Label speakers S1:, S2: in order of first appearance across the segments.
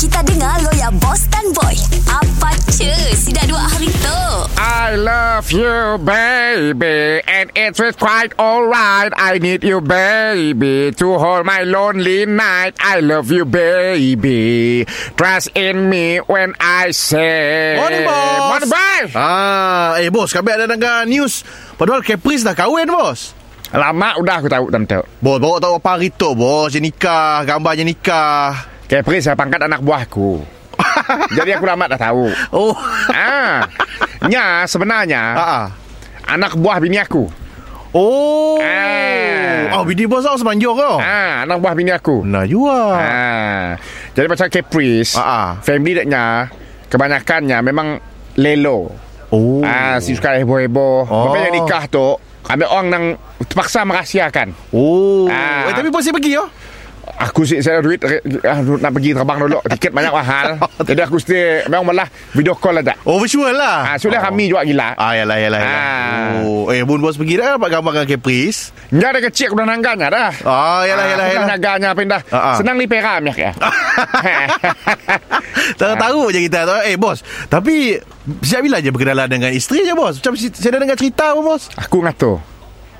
S1: Kita dengar lo ya boss dan boy. Apa cuy? Si dah dua hari tu.
S2: I love you, baby, and it was quite alright. I need you, baby, to hold my lonely night. I love you, baby. Trust in me when I say.
S3: Morning, boss.
S2: Morning, boy.
S3: Ah, eh bos, kami ada dengar news. Padahal Caprice dah kahwin bos.
S2: Lama udah aku tahu tentang tu.
S3: Bos, bawa tahu apa hari tu bos. Dia nikah, gambar dia nikah.
S2: Capri saya pangkat anak buahku. Jadi aku lama dah tahu.
S3: Oh.
S2: Ah, nya sebenarnya
S3: Ah. ah.
S2: anak buah bini aku.
S3: Oh.
S2: Ah.
S3: Ah, bini bos awak semanjung ke?
S2: Ah, anak buah bini aku.
S3: Benar juga.
S2: Ah. Jadi macam Caprice
S3: Ah, ah.
S2: Family deknya Kebanyakannya memang Lelo
S3: Oh.
S2: Ah, si suka heboh-heboh
S3: Oh.
S2: Sampai yang nikah tu Ambil orang yang Terpaksa merahsiakan
S3: Oh.
S2: Ah.
S3: Eh, tapi bos saya pergi yo.
S2: Aku si saya ada duit eh, ah, Nak pergi terbang dulu Tiket banyak mahal Jadi aku mesti Memang malah Video call aja
S3: Oh, virtual lah.
S2: Ah, Sudah
S3: oh.
S2: kami juga gila
S3: Ah, yalah, yalah, yalah.
S2: Ah.
S3: Oh. Eh, bun bos pergi dah dapat gambar dengan Caprice.
S2: Nggak ada kecil Aku dah nangganya dah
S3: Ah, yalah, yalah,
S2: aku dah
S3: yalah.
S2: nangganya pindah
S3: Ah, ah.
S2: Senang di Perak miak ya Ah.
S3: Tahu-tahu je kita tahu. Eh bos Tapi Sejak bila je berkenalan dengan isteri je bos Macam si- saya dah dengar cerita pun bos
S2: Aku ngatur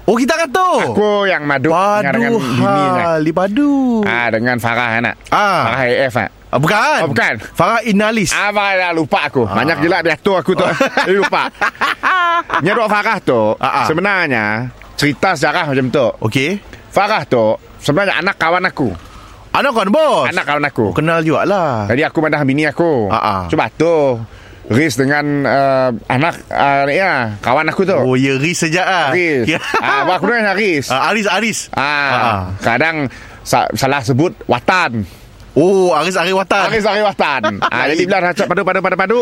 S3: Oh kita kata
S2: Aku yang madu Dengan
S3: Padu
S2: bininya
S3: hal Padu
S2: Ah dengan Farah anak.
S3: Ah.
S2: Farah AF ah.
S3: ah, Bukan
S2: Oh, bukan.
S3: Farah Inalis ah.
S2: Apa dah lupa aku. Banyak gila dia tu aku tu. Dia lupa. Nyerok Farah tu
S3: Ah, ah.
S2: sebenarnya cerita sejarah macam tu.
S3: Okey
S2: Farah tu sebenarnya anak kawan aku.
S3: Anak kan bos
S2: Anak kawan aku.
S3: oh, Kenal juga lah
S2: Jadi aku mandah bini aku.
S3: Ah, ah.
S2: Cuba tu Riz dengan uh, anak uh, ya, kawan aku tu.
S3: Oh ya Riz sejak ah.
S2: Riz.
S3: Ya.
S2: ah, aku dengan Riz.
S3: Ah, Aris Aris Ah.
S2: Ah, kadang sa- salah sebut Watan.
S3: Oh Aris Aris Watan
S2: Aris Aris Watan. ah, jadi bila rasa padu padu padu padu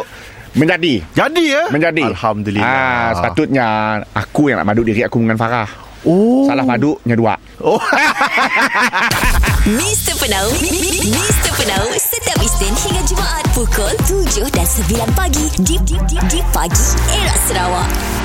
S2: menjadi
S3: Jadi ya
S2: Menjadi ah,
S3: Alhamdulillah
S2: Sepatutnya Aku yang nak madu diri aku dengan Farah
S3: Oh
S2: Salah madunya dua
S3: Oh
S1: Mr. Penau, mi- mi- Mr. Penau, setiap Isnin hingga Jumaat pukul 7 dan 9 pagi di, di, di, di pagi era Sarawak.